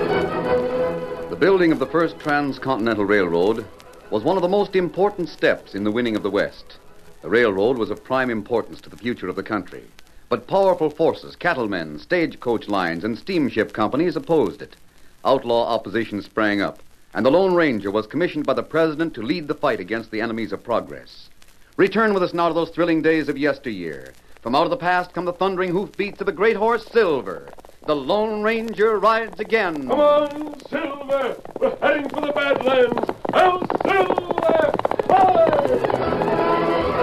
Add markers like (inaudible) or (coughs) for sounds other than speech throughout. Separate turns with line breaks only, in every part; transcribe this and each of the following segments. The building of the first transcontinental railroad was one of the most important steps in the winning of the West. The railroad was of prime importance to the future of the country, but powerful forces, cattlemen, stagecoach lines, and steamship companies opposed it. Outlaw opposition sprang up, and the Lone Ranger was commissioned by the president to lead the fight against the enemies of progress. Return with us now to those thrilling days of yesteryear. From out of the past come the thundering hoofbeats of the great horse Silver. The Lone Ranger rides again.
Come on, Silver! We're heading for the Badlands! Now, Silver! Fire!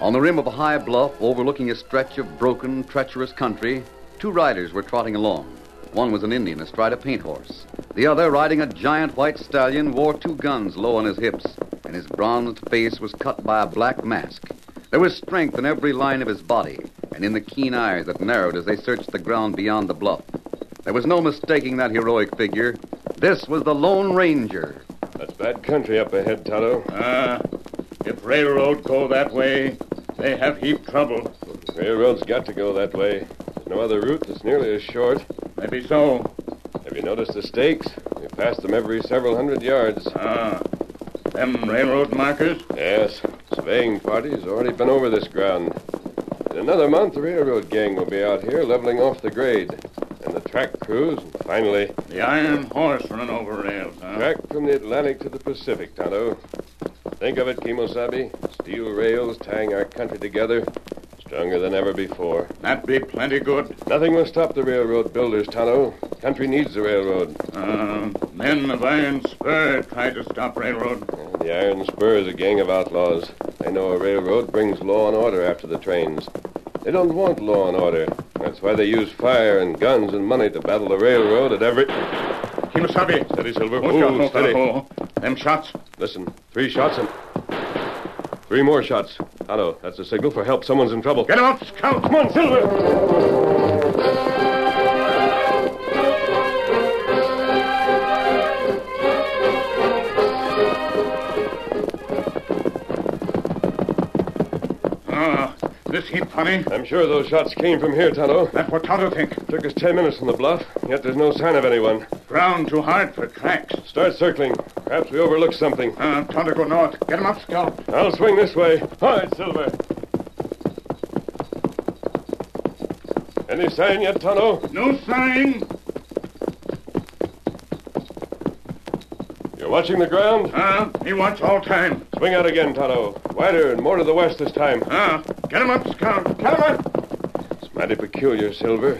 On the rim of a high bluff overlooking a stretch of broken, treacherous country, two riders were trotting along. One was an Indian astride a paint horse. The other, riding a giant white stallion, wore two guns low on his hips, and his bronzed face was cut by a black mask. There was strength in every line of his body, and in the keen eyes that narrowed as they searched the ground beyond the bluff. There was no mistaking that heroic figure. This was the Lone Ranger.
That's bad country up ahead, Tonto.
Ah, if railroad go that way, they have heap trouble.
Railroad's got to go that way. There's no other route that's nearly as short.
Maybe so.
Have you noticed the stakes? We pass them every several hundred yards.
Ah, them railroad markers?
Yes, surveying party's already been over this ground. In another month, the railroad gang will be out here leveling off the grade. And the track crews, and finally,
The iron horse run over rails, huh?
Track from the Atlantic to the Pacific, Tonto. Think of it, Kimosabe. Steel rails tying our country together, stronger than ever before.
That be plenty good.
Nothing will stop the railroad builders, Tonto. Country needs the railroad.
Uh, men of iron spur try to stop railroad.
And the Iron Spur is a gang of outlaws. They know a railroad brings law and order after the trains. They don't want law and order. That's why they use fire and guns and money to battle the railroad at every.
Kimosabe.
Steady, Silver.
Watch out,
Whoa,
no
steady.
fellow. oh, Them shots.
Listen, three shots and. Three more shots. Tonto, that's a signal for help. Someone's in trouble.
Get 'em up, scout. Come on, Silver. Ah, this heap funny.
I'm sure those shots came from here, Tonto.
That's what Tonto think.
Took us ten minutes on the bluff, yet there's no sign of anyone.
Ground too hard for tracks.
Start circling. Perhaps we overlooked something.
Uh, Tonto go north. Get him up, Scout.
I'll swing this way. Hi, Silver. Any sign yet, Tonto?
No sign.
You're watching the ground?
Ah, he wants all time.
Swing out again, Tonto. Wider and more to the west this time.
Ah, get him up, Scout. Get him up.
It's mighty peculiar, Silver.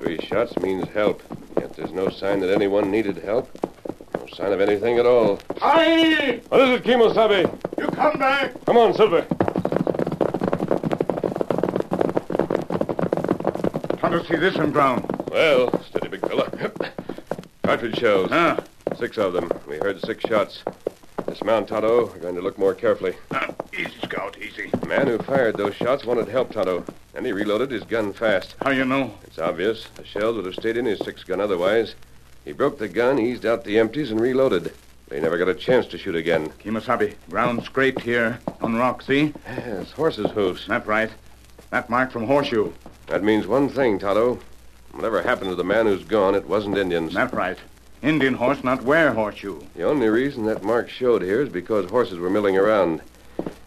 Three shots means help. Yet there's no sign that anyone needed help. No sign of anything at all.
Aye!
What is it, Kimosabe?
You come back.
Come on, Silver.
Tonto, see this and drown.
Well, steady, big fella. (coughs) Cartridge shells.
Ah,
Six of them. We heard six shots. Dismount, Tonto. We're going to look more carefully.
ah, easy, Scout, easy.
The man who fired those shots wanted help, Tonto. And he reloaded his gun fast.
How you know?
It's obvious. The shells would have stayed in his six gun otherwise. He broke the gun, eased out the empties, and reloaded. They never got a chance to shoot again.
Kimasabi, ground scraped here on rock, see?
Yes, horses' hoofs.
That right. That mark from horseshoe.
That means one thing, Tonto. Whatever happened to the man who's gone, it wasn't Indians.
That right. Indian horse, not wear horseshoe.
The only reason that mark showed here is because horses were milling around.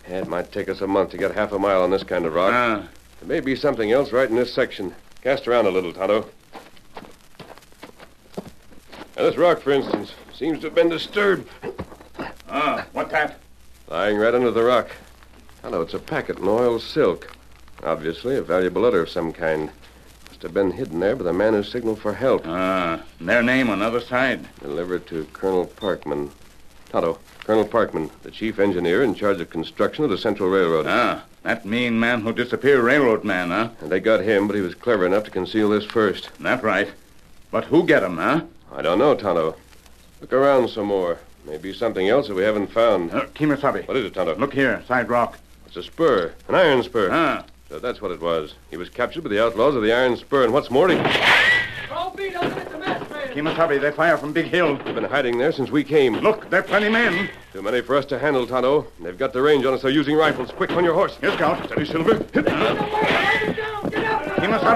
It might take us a month to get half a mile on this kind of rock.
Ah,
There may be something else right in this section. Cast around a little, Tonto. Now, this rock, for instance, seems to have been disturbed.
ah, what that?
Lying right under the rock. Hello, it's a packet in oil silk. Obviously, a valuable letter of some kind. Must have been hidden there by the man who signaled for help.
Ah, their name on other side.
Delivered to Colonel Parkman. Tonto, Colonel Parkman, the chief engineer in charge of construction of the Central Railroad.
Ah, that mean man who disappeared, railroad man, huh?
And they got him, but he was clever enough to conceal this first.
That right. But who get him, huh?
I don't know, Tonto. Look around some more. Maybe something else that we haven't found.
Uh, Kimasabi,
What is it, Tonto?
look here, side rock.
It's a spur. An iron spur.
Ah,
So that's what it was. He was captured by the outlaws of the iron spur, and what's more, he...
Kimasabi, they fire from Big Hill.
They've been hiding there since we came.
Look, they're plenty men.
Too many for us to handle, Tonto. They've got the range on us. They're using rifles. Quick, on your horse.
Here, Scout. Steady, Silver. Kimasabi,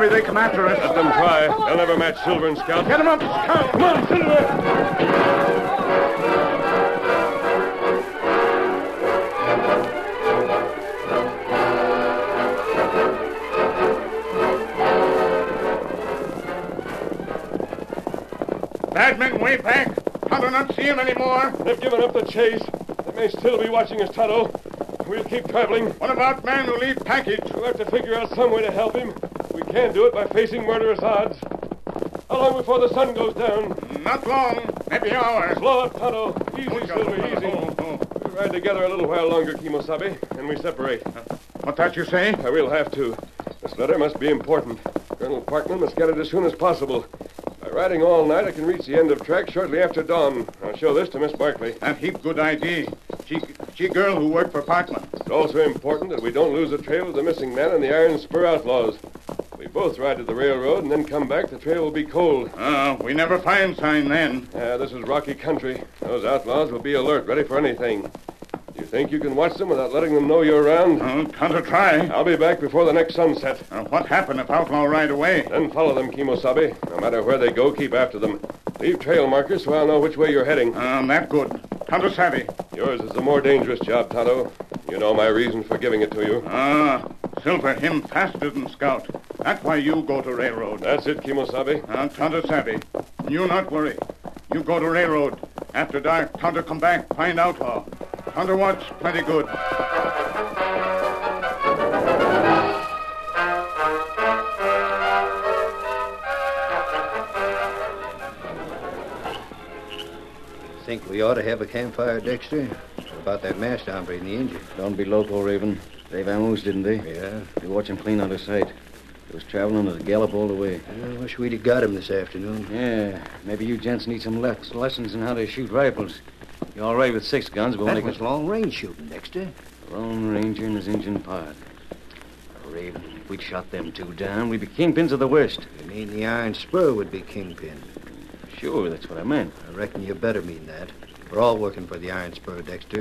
Get
they come after
Let
us.
them try. They'll never match Silver and Scout.
Get 'em up, Scout. Come on, Silver. Badman, way back. I do not see him anymore.
They've given up the chase. They may still be watching us, Tonto. We'll keep traveling.
What about man who leave package?
We'll have to figure out some way to help him. We can't do it by facing murderous odds. How long before the sun goes down?
Not long, maybe hours.
Slow up, Tonto. Easy, Silver, easy.
Oh, oh.
We ride together a little while longer, Kimosabe, and we separate.
What that you say?
I will have to. This letter must be important. Colonel Parkman must get it as soon as possible. By riding all night, I can reach the end of track shortly after dawn. I'll show this to Miss Barkley.
That heap good idea. She, she girl who worked for Parkman.
It's also important that we don't lose the trail of the missing man and the Iron Spur outlaws. If we both ride to the railroad and then come back, the trail will be cold.
Ah, we never find sign then.
Ah, this is rocky country. Those outlaws will be alert, ready for anything. Do you think you can watch them without letting them know you're around?
Oh, counter try.
I'll be back before the next sunset.
Uh, what happened if outlaw ride away?
Then follow them, Kimosabe. No matter where they go, keep after them. Leave trail markers so I'll know which way you're heading.
Um, that good. Counter savvy.
Yours is a more dangerous job, Tonto. You know my reason for giving it to you.
Ah, Silver him faster than Scout. That's why you go to railroad.
That's it, Kimosabe.
Uh, counter savvy. You not worry. You go to railroad. After dark, counter come back, find outlaw. Counter watch, plenty good.
Think we ought to have a campfire, Dexter? What about that masked hombre in the engine?
Don't be loco, Raven. They vamoosed, didn't they?
Yeah.
They watch him clean out of sight. He was traveling at a gallop all the way.
I wish we'd have got him this afternoon.
Yeah, maybe you gents need some le- lessons in how to shoot rifles. You're all right with six guns, but only
That was long range shooting, Dexter.
Lone Ranger and his Injun pard. Raven, if we'd shot them two down, we'd be kingpins of the West.
You mean the Iron Spur would be kingpin?
Sure, that's what I meant.
I reckon you better mean that. We're all working for the Iron Spur, Dexter.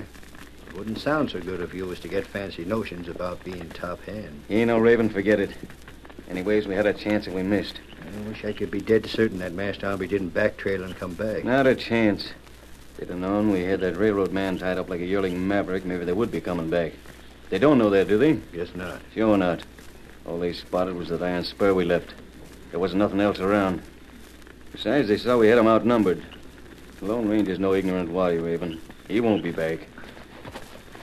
It wouldn't sound so good if you was to get fancy notions about being top hand.
You know, Raven, forget it. Anyways, we had a chance and we missed.
I wish I could be dead certain that masked hombre didn't back trail and come back.
Not a chance. They'd have known we had that railroad man tied up like a yearling maverick, maybe they would be coming back. They don't know that, do they?
Guess not.
Sure not. All they spotted was that iron spur we left. There wasn't nothing else around. Besides, they saw we had 'em outnumbered. The Lone Ranger's no ignorant wally, Raven. He won't be back.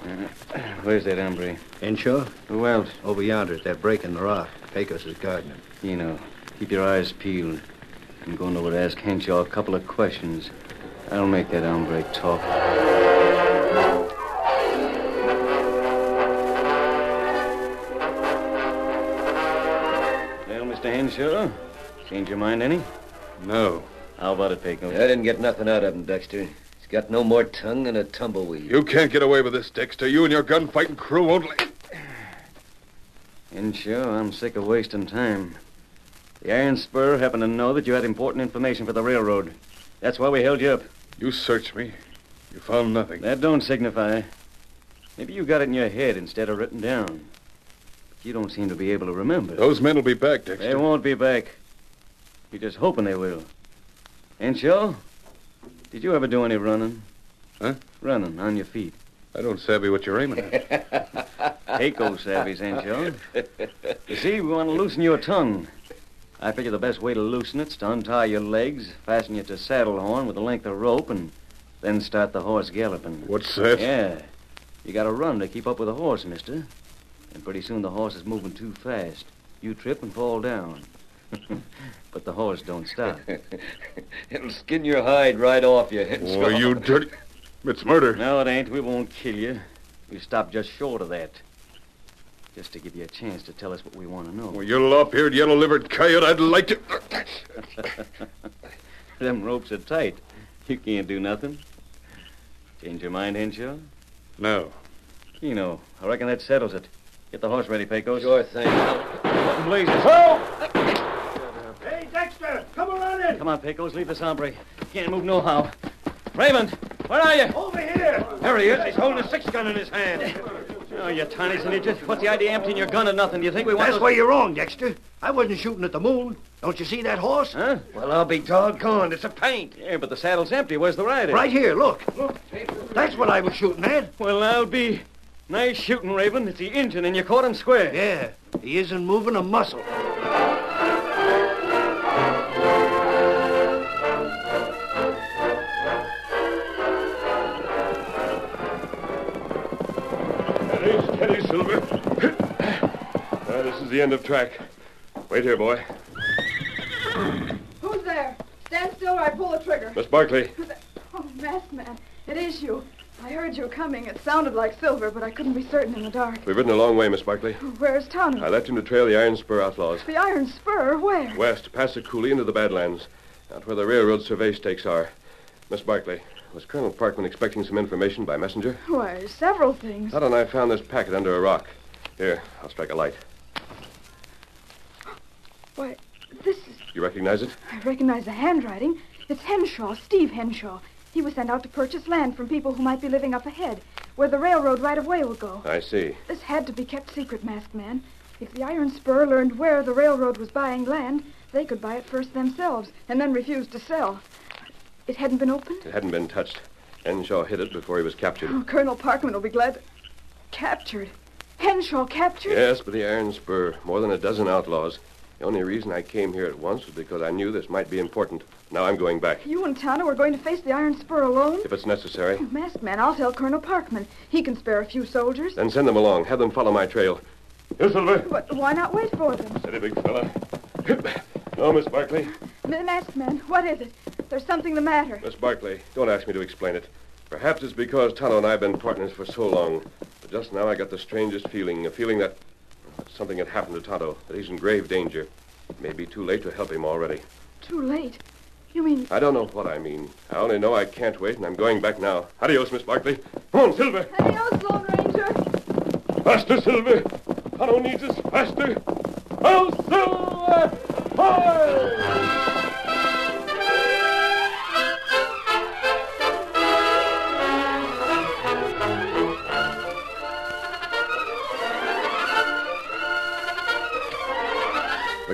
Uh, where's that hombre?
Henshaw,
Who else?
over yonder at that break in the rock. Pecos is guarding him.
You know, keep your eyes peeled. I'm going over to ask Henshaw a couple of questions. I'll make that hombre talk. Well, Mr. Henshaw, change your mind any?
No.
How about it, Pecos?
I didn't get nothing out of him, Dexter. He's got no more tongue than a tumbleweed.
You can't get away with this, Dexter. You and your gunfighting crew won't let.
Henshaw, I'm sick of wasting time. The Iron Spur happened to know that you had important information for the railroad. That's why we held you up.
You searched me. You found nothing.
That don't signify. Maybe you got it in your head instead of written down. But you don't seem to be able to remember.
Oh,
Those men will be back, Dexter.
They won't be back. You're just hoping they will. Henshaw, did you ever do any running?
Huh?
Running on your feet.
I don't savvy what you're aiming at.
Keiko savvy, Sancho. You see, we want to loosen your tongue. I figure the best way to loosen it's to untie your legs, fasten you to saddle horn with a length of rope, and then start the horse galloping.
What's that?
(laughs) Yeah. You gotta run to keep up with the horse, mister. And pretty soon the horse is moving too fast. You trip and fall down. (laughs) but the horse don't stop.
(laughs) It'll skin your hide right off you.
Oh, you dirty. It's murder.
no, it ain't. We won't kill you. We stopped just short of that. Just to give you a chance to tell us what we want to know.
Well, you lop-eared, yellow-livered coyote, I'd like to.
(laughs) Them ropes are tight. You can't do nothing. Change your mind, Henshaw?
No.
You know, I reckon that settles it. Get the horse ready, Pecos.
Sure thing.
What in blazes?
Hey, Dexter, come on in.
Come on, Pecos, leave this hombre. Can't move nohow. Raymond, where are you?
Over here.
There he is. He's holding a six gun in his hand. Oh, you tiny son of a bitch. What's the idea of emptying your gun or nothing? Do you think we want
That's
those-
where you're wrong, Dexter. I wasn't shooting at the moon. Don't you see that horse?
Huh?
Well, I'll be doggone. It's a paint.
Yeah, but the saddle's empty. Where's the rider?
Right here, look. That's what I was shooting at.
Well, I'll be. Nice shooting, Raven. It's the engine, and you caught him square.
Yeah, he isn't moving a muscle.
Steady, steady, Silver. Ah, this is the end of track. Wait here, boy.
Who's there? Stand still or I pull the trigger.
Miss Barkley.
Oh, masked man, it is you. I heard you coming. It sounded like silver, but I couldn't be certain in the dark.
We've ridden a long way, Miss Barkley.
Where's Tony?
I left him to trail the Iron Spur outlaws.
The iron spur, where?
West, past the coulee into the Badlands. Out where the railroad survey stakes are. Miss Barkley, was Colonel Parkman expecting some information by messenger?
Why, several things.
Todd and I found this packet under a rock. Here, I'll strike a light.
Why, this is.
You recognize it?
I recognize the handwriting. It's Henshaw, Steve Henshaw. He was sent out to purchase land from people who might be living up ahead, where the railroad right of way will go.
I see.
This had to be kept secret, masked man. If the Iron Spur learned where the railroad was buying land, they could buy it first themselves and then refuse to sell. It hadn't been opened?
It hadn't been touched. Henshaw hid it before he was captured.
Oh, Colonel Parkman will be glad. Captured. Henshaw captured?
Yes, but the Iron Spur, more than a dozen outlaws. The only reason I came here at once was because I knew this might be important. Now I'm going back.
You and Tonto are going to face the Iron Spur alone?
If it's necessary,
Masked man, I'll tell Colonel Parkman. He can spare a few soldiers.
then send them along. Have them follow my trail. You, Silver.
But why not wait for them?
Steady, big fella. No, Miss Barkley.
M- Masked man, what is it? There's something the matter.
Miss Barkley, don't ask me to explain it. Perhaps it's because Tonto and I have been partners for so long. But just now I got the strangest feeling, a feeling that that something had happened to Tonto, that he's in grave danger. It may be too late to help him already.
Too late. You mean,
I don't know what I mean. I only know I can't wait, and I'm going back now. Adios, Miss Barkley. Come on, Silver.
adios, Lone Ranger.
Faster, Silver. Tonto needs us faster. Oh, Silver! Hi!
The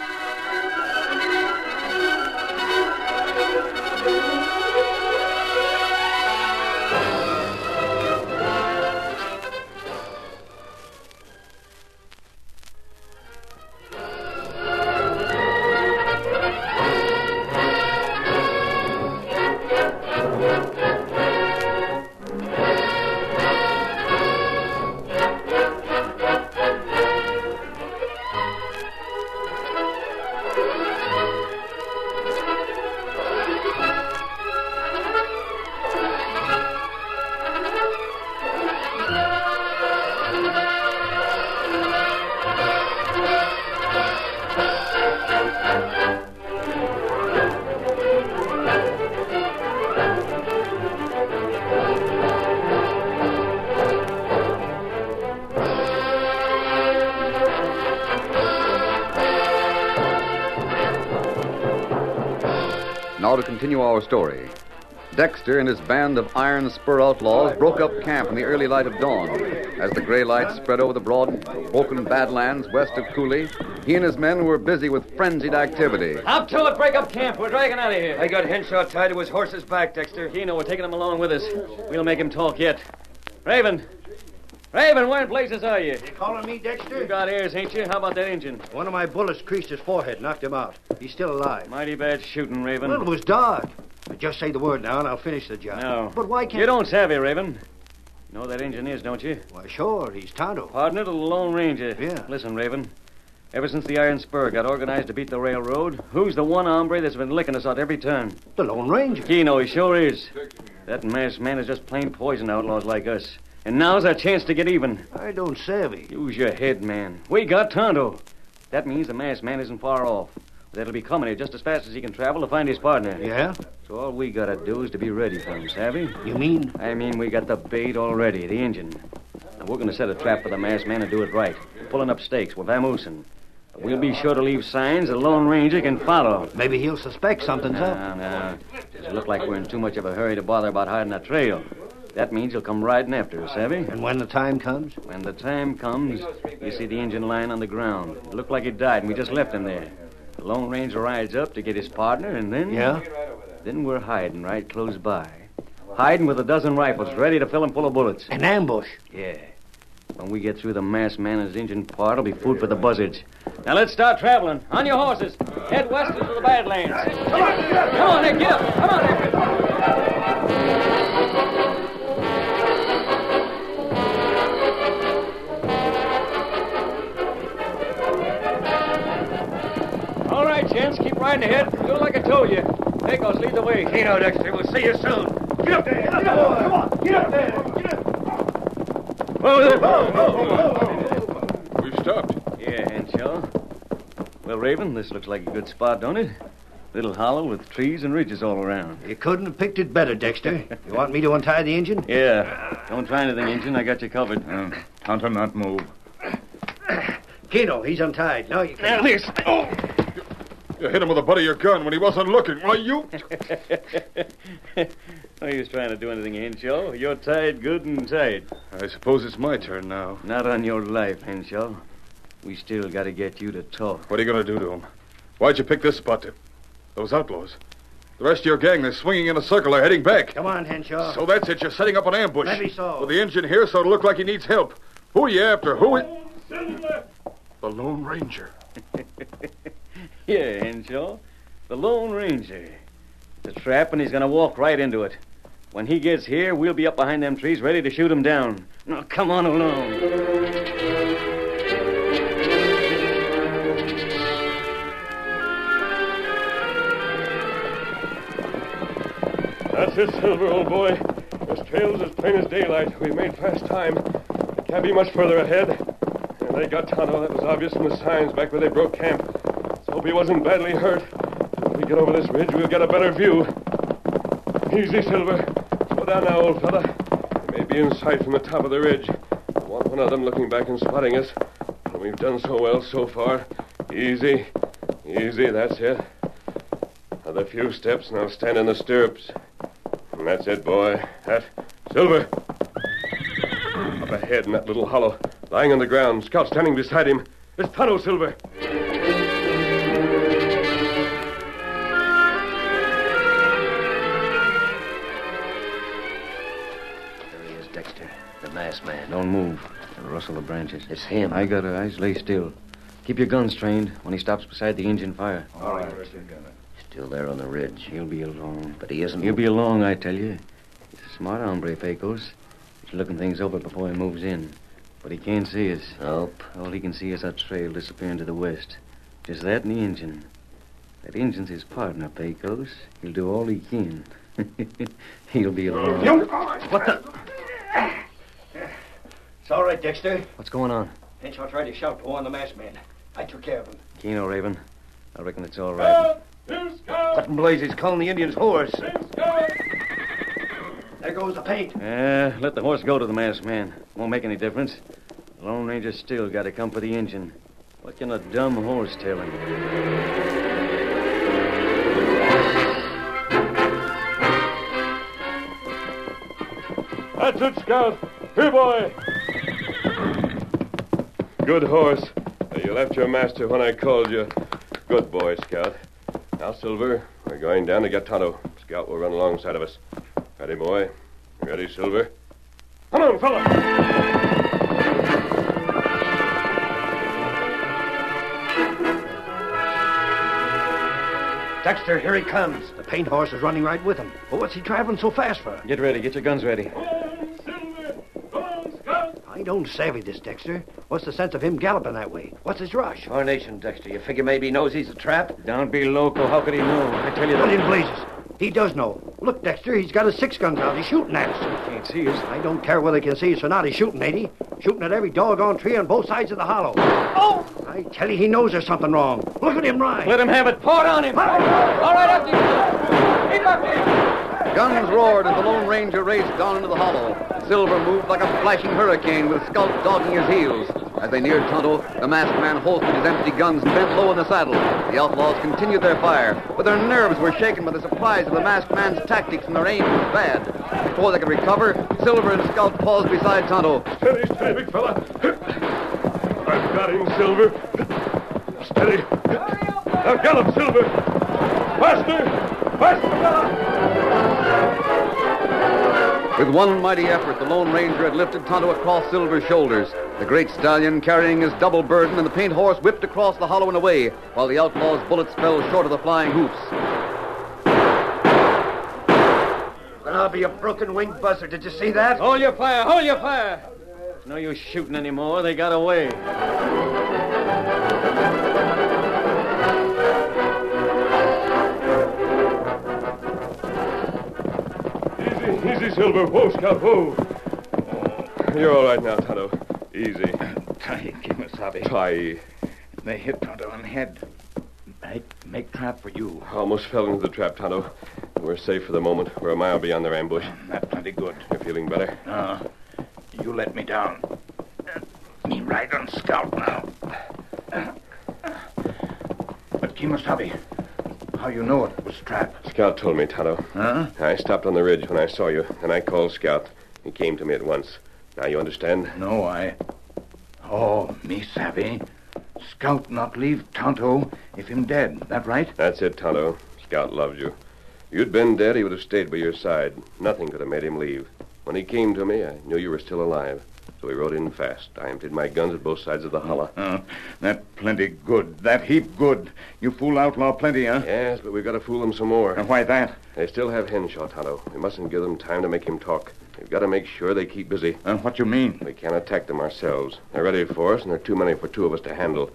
now to continue our story. Dexter and his band of Iron Spur outlaws broke up camp in the early light of dawn. As the gray light spread over the broad, broken badlands west of Cooley, he and his men were busy with frenzied activity.
Up to it, break up camp. We're dragging out of here.
I got Henshaw tied to his horse's back, Dexter.
Gino, we're taking him along with us. We'll make him talk yet. Raven! Raven, where in blazes are you?
You calling me Dexter?
You got ears, ain't you? How about that engine?
One of my bullets creased his forehead, knocked him out. He's still alive.
Mighty bad shooting, Raven.
Well, it was dark. Just say the word now, and I'll finish the job.
No.
But why can't
You don't savvy, Raven. You know who that engine is, don't you?
Why, sure, he's Tonto.
Partner to the Lone Ranger.
Yeah.
Listen, Raven. Ever since the Iron Spur got organized to beat the railroad, who's the one hombre that's been licking us out every turn?
The Lone Ranger.
Keno, he sure is. That masked man is just plain poison to outlaws like us. And now's our chance to get even.
I don't savvy.
Use your head, man. We got Tonto. That means the masked man isn't far off. That'll be coming here just as fast as he can travel to find his partner.
Yeah?
So all we gotta do is to be ready for him, savvy?
You mean?
I mean, we got the bait already, the engine. Now, we're going to set a trap for the masked man and do it right. Pulling up stakes with vamoosing. We'll be sure to leave signs the Lone Ranger can follow.
Maybe he'll suspect something's
No,
up.
no. Doesn't look like we're in too much of a hurry to bother about hiding a trail. That means he'll come riding after us, savvy?
And when the time comes?
When the time comes, you see the engine lying on the ground. It looked like he died, and we just left him there. The Lone Ranger rides up to get his partner, and then.
Yeah?
Then we're hiding right close by. Hiding with a dozen rifles, ready to fill him full of bullets.
An ambush.
Yeah. When we get through the masked man and his engine part, it'll be food for the buzzards. Now let's start traveling. On your horses. Head westward to the Badlands. Come on, get up. Come on, Nick, get up. Come on, Nick. All right, gents, keep riding ahead. Do like I told you. Pecos, lead the way.
Keno, Dexter, we'll see you soon.
Get up there! Get up! Come on! Get up there! Get up!
We've stopped.
Yeah, Henshaw. Well, Raven, this looks like a good spot, don't it? Little hollow with trees and ridges all around.
You couldn't have picked it better, Dexter. You want me to untie the engine?
Yeah. Oh. Don't try anything, engine. I got you covered.
Tonto not move.
Keno, he's untied. Now you can.
At least. Oh! You- You hit him with the butt of your gun when he wasn't looking. Why,
(laughs)
you.
no use trying to do anything, Henshaw. You're tied good and tight.
I suppose it's my turn now.
Not on your life, Henshaw. We still got to get you to talk.
What are you going to do to him? Why'd you pick this spot? To... Those outlaws. The rest of your gang, they're swinging in a circle. They're heading back.
Come on, Henshaw.
So that's it. You're setting up an ambush.
Maybe so.
With the engine here, so it'll look like he needs help. Who are you after? Who is. The Lone Ranger.
Yeah, Henshaw. The Lone Ranger. The trap, and he's going to walk right into it. When he gets here, we'll be up behind them trees ready to shoot him down. Now, come on along.
That's it, Silver, old boy. This trail's as plain as daylight. We've made fast time. It can't be much further ahead. And they got Tonto. That was obvious from the signs back where they broke camp. Let's hope he wasn't badly hurt. If we get over this ridge, we'll get a better view. Easy, Silver. Slow down now, old fella. They may be in sight from the top of the ridge. I want one of them looking back and spotting us. And we've done so well so far. Easy. Easy, that's it. Another few steps, and I'll stand in the stirrups. And that's it, boy. That silver. Up ahead in that little hollow, lying on the ground, scout standing beside him. It's Tonto Silver.
There he is, Dexter, the masked man.
Don't move. Rustle the branches.
It's him.
I got her eyes. Lay still. Keep your guns trained. When he stops beside the engine, fire.
All right. Still there on the ridge.
He'll be along.
But he isn't.
He'll be along, I tell you. He's a smart hombre, Pecos. He's looking things over before he moves in. But he can't see us.
Nope.
All he can see is our trail disappearing to the west. Just that and the engine. That engine's his partner, Pecos. He'll do all he can. (laughs) He'll be along.
What the? It's all right, Dexter.
What's going on?
Henshaw tried to shout to warn the masked man. I took care of him.
Keno, Raven. I reckon it's all right.
What in blazes calling the Indian's horse?
There goes the paint.
Eh, let the horse go to the masked man. Won't make any difference. The Lone Ranger's still got to come for the engine. What can a dumb horse tell him?
That's it, Scout. Here, boy. Good horse. Uh, You left your master when I called you. Good boy, Scout. Now, Silver, we're going down to get Tonto. Scout will run alongside of us. Ready, boy? Ready, Silver? Come on, fella.
Dexter, here he comes. The paint horse is running right with him. But what's he traveling so fast for?
Get ready. Get your guns ready.
I don't savvy this, Dexter. What's the sense of him galloping that way? What's his rush?
Tarnation, Dexter. You figure maybe he knows he's a trap?
Don't be loco. How could he know? I tell you
What
that.
in blazes? He does know. Look, Dexter, he's got his six guns out. He's shooting at us.
Can't see us.
I don't care whether he can see us or not. He's shooting, ain't he? Shooting at every doggone tree on both sides of the hollow. Oh! I tell you, he knows there's something wrong. Look at him ride.
Let him have it. Pour it on him.
Guns roared as the Lone Ranger raced down into the hollow. Silver moved like a flashing hurricane with Scout dogging his heels. As they neared Tonto, the masked man holstered his empty guns and bent low in the saddle. The outlaws continued their fire, but their nerves were shaken by the surprise of the masked man's tactics and their aim was bad. Before they could recover, Silver and Scout paused beside Tonto.
Steady, steady, big fella. I've got him, Silver. Steady. Now gallop, Silver. Faster. Faster, fella.
With one mighty effort, the Lone Ranger had lifted Tonto across Silver's shoulders. The great stallion carrying his double burden and the paint horse whipped across the hollow and away, while the outlaw's bullets fell short of the flying hoofs.
Then I'll be a broken winged buzzard. Did you see that?
Hold your fire. Hold your fire. No use shooting anymore. They got away.
Easy, easy, Silver. Whoa, Scout, whoa. You're all right now, Tonto. Easy.
Tie Kimasabi.
Tie.
They hit Tonto on the head. Make, make trap for you.
Almost fell into the trap, Tonto. We're safe for the moment. We're a mile beyond their ambush.
Not plenty good.
You're feeling better?
Uh, you let me down. Uh, me ride on scout now. But Kimasabi, how you know it was trap?
Scout told me, Tonto.
Huh?
I stopped on the ridge when I saw you, and I called Scout. He came to me at once. Now you understand?
No, I. Oh, me savvy. Scout not leave Tonto if him dead. That right?
That's it, Tonto. Scout loves you. If you'd been dead, he would have stayed by your side. Nothing could have made him leave. When he came to me, I knew you were still alive. So we rode in fast. I emptied my guns at both sides of the hollow.
Uh, that plenty good. That heap good. You fool outlaw plenty, huh?
Yes, but we've got to fool them some more.
And why that?
They still have Henshaw, Tonto. We mustn't give them time to make him talk. We've got to make sure they keep busy.
Uh, what you mean?
We can't attack them ourselves. They're ready for us, and they're too many for two of us to handle.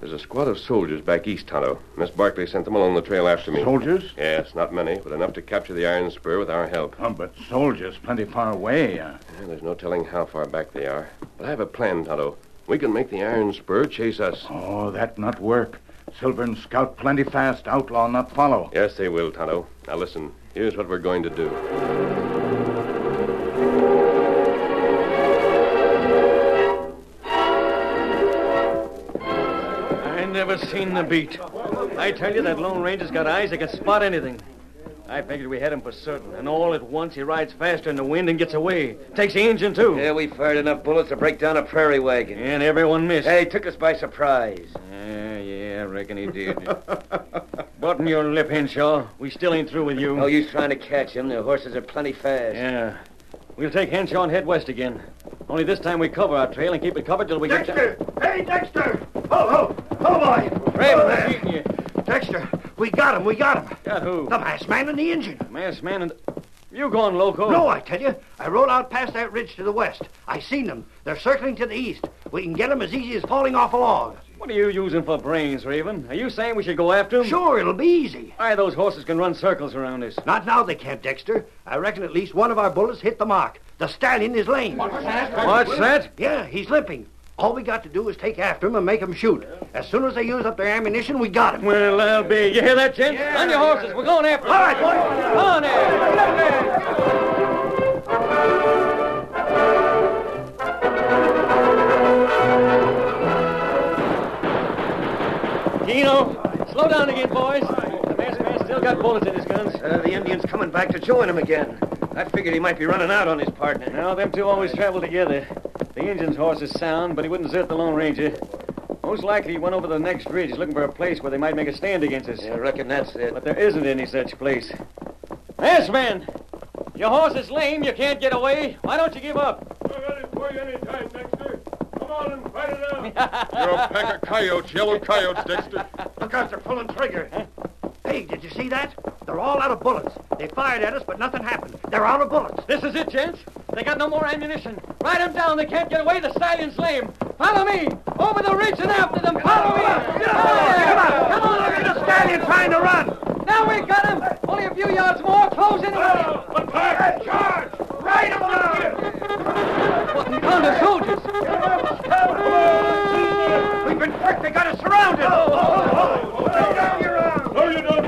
There's a squad of soldiers back east, Tonto. Miss Barkley sent them along the trail after me.
Soldiers?
Yes, not many, but enough to capture the Iron Spur with our help.
Oh, but soldiers plenty far away. Uh,
Yeah, there's no telling how far back they are. But I have a plan, Tonto. We can make the Iron Spur chase us.
oh, that not work. Silver and Scout plenty fast. Outlaw not follow.
Yes, they will, Tonto. Now listen, here's what we're going to do.
I never seen the beat. I tell you, that Lone Ranger's got eyes that can spot anything. I figured we had him for certain, and all at once he rides faster in the wind and gets away. Takes the engine, too.
Yeah, we fired enough bullets to break down a prairie wagon.
And everyone missed.
Hey, he took us by surprise.
Yeah, yeah, I reckon he did. (laughs) Button your lip, Henshaw. We still ain't through with you.
No use Oh, trying to catch him. Their horses are plenty fast.
Yeah. We'll take Henshaw and head west again. Only this time we cover our trail and keep it covered till we get down.
Hey, Dexter! Ho, ho! Ho, boy!
Raven, that's eating you.
Dexter, we got him, we got him.
Got who?
The masked man and the engine.
Masked man and... You gone loco?
No, I tell you, I rode out past that ridge to the west. I seen them. They're circling to the east. We can get them as easy as falling off a log.
What are you using for brains, Raven? Are you saying we should go after him?
Sure, it'll be easy.
Aye, those horses can run circles around us.
Not now they can't, Dexter. I reckon at least one of our bullets hit the mark. The stallion is lame.
What's that?
Yeah, he's limping. All we got to do is take after him and make him shoot. As soon as they use up their ammunition, we got him.
Well, I'll be. You hear that, gents? On your horses. We're going after
All right, boy.
Come on there. Keno, slow down again, boys. The masked man's still got bullets in his guns.
Uh, the Indian's coming back to join him again.
I figured he might be running out on his partner. No, them two always travel together. The Indian's horse is sound, but he wouldn't desert the Lone Ranger. Most likely he went over the next ridge looking for a place where they might make a stand against us. Yeah, I reckon that's it. But there isn't any such place. Masked man! Your horse is lame. You can't get away. Why don't you give up?
You're a pack of coyotes, yellow coyotes, Dexter.
Look out, they're pulling trigger. Hey, did you see that? They're all out of bullets. They fired at us, but nothing happened. They're out of bullets.
This is it, gents. They got no more ammunition. Ride them down. They can't get away. The stallion's lame. Follow me. Over the ridge and after them. Follow me. Get up, Come on. Come on. Look at the stallion trying to run. Now we got him. Only a few yards more. Close in with him. Attack! Charge! Ride him down. What in thunder, soldiers? We've been tricked. They got us surrounded. Oh, oh, oh. Lay down your arms. No, you don't,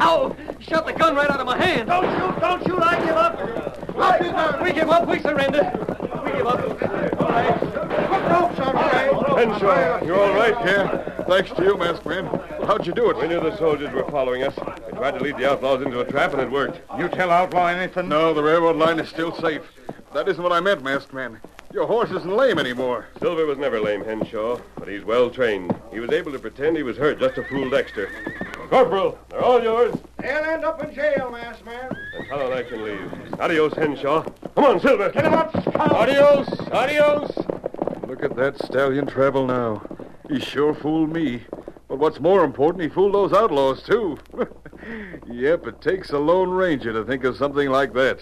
Ow! Shot the gun right out of my hand. Don't shoot, don't shoot. I give up. I give up. We give up. We surrender. We give up. All right. Quick ropes, all right.
Henshaw, you're all right here. Thanks to you, Masked Man. How'd you do it? We knew the soldiers were following us. They tried to lead the outlaws into a trap, and it worked. You tell Outlaw anything? No, the railroad line is still safe. That isn't what I meant, Masked Man. Your horse isn't lame anymore.
Silver was never lame, Henshaw, but he's well trained. He was able to pretend he was hurt just to fool Dexter. Corporal, they're all yours.
They'll end up in jail, masked man.
And Tonto and I can leave. Adios, Henshaw. Come on, Silver. Get him up.
Adios, adios. Look at that stallion travel now. He sure fooled me. But what's more important, he fooled those outlaws, too. (laughs) yep, it takes a lone ranger to think of something like that.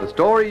The story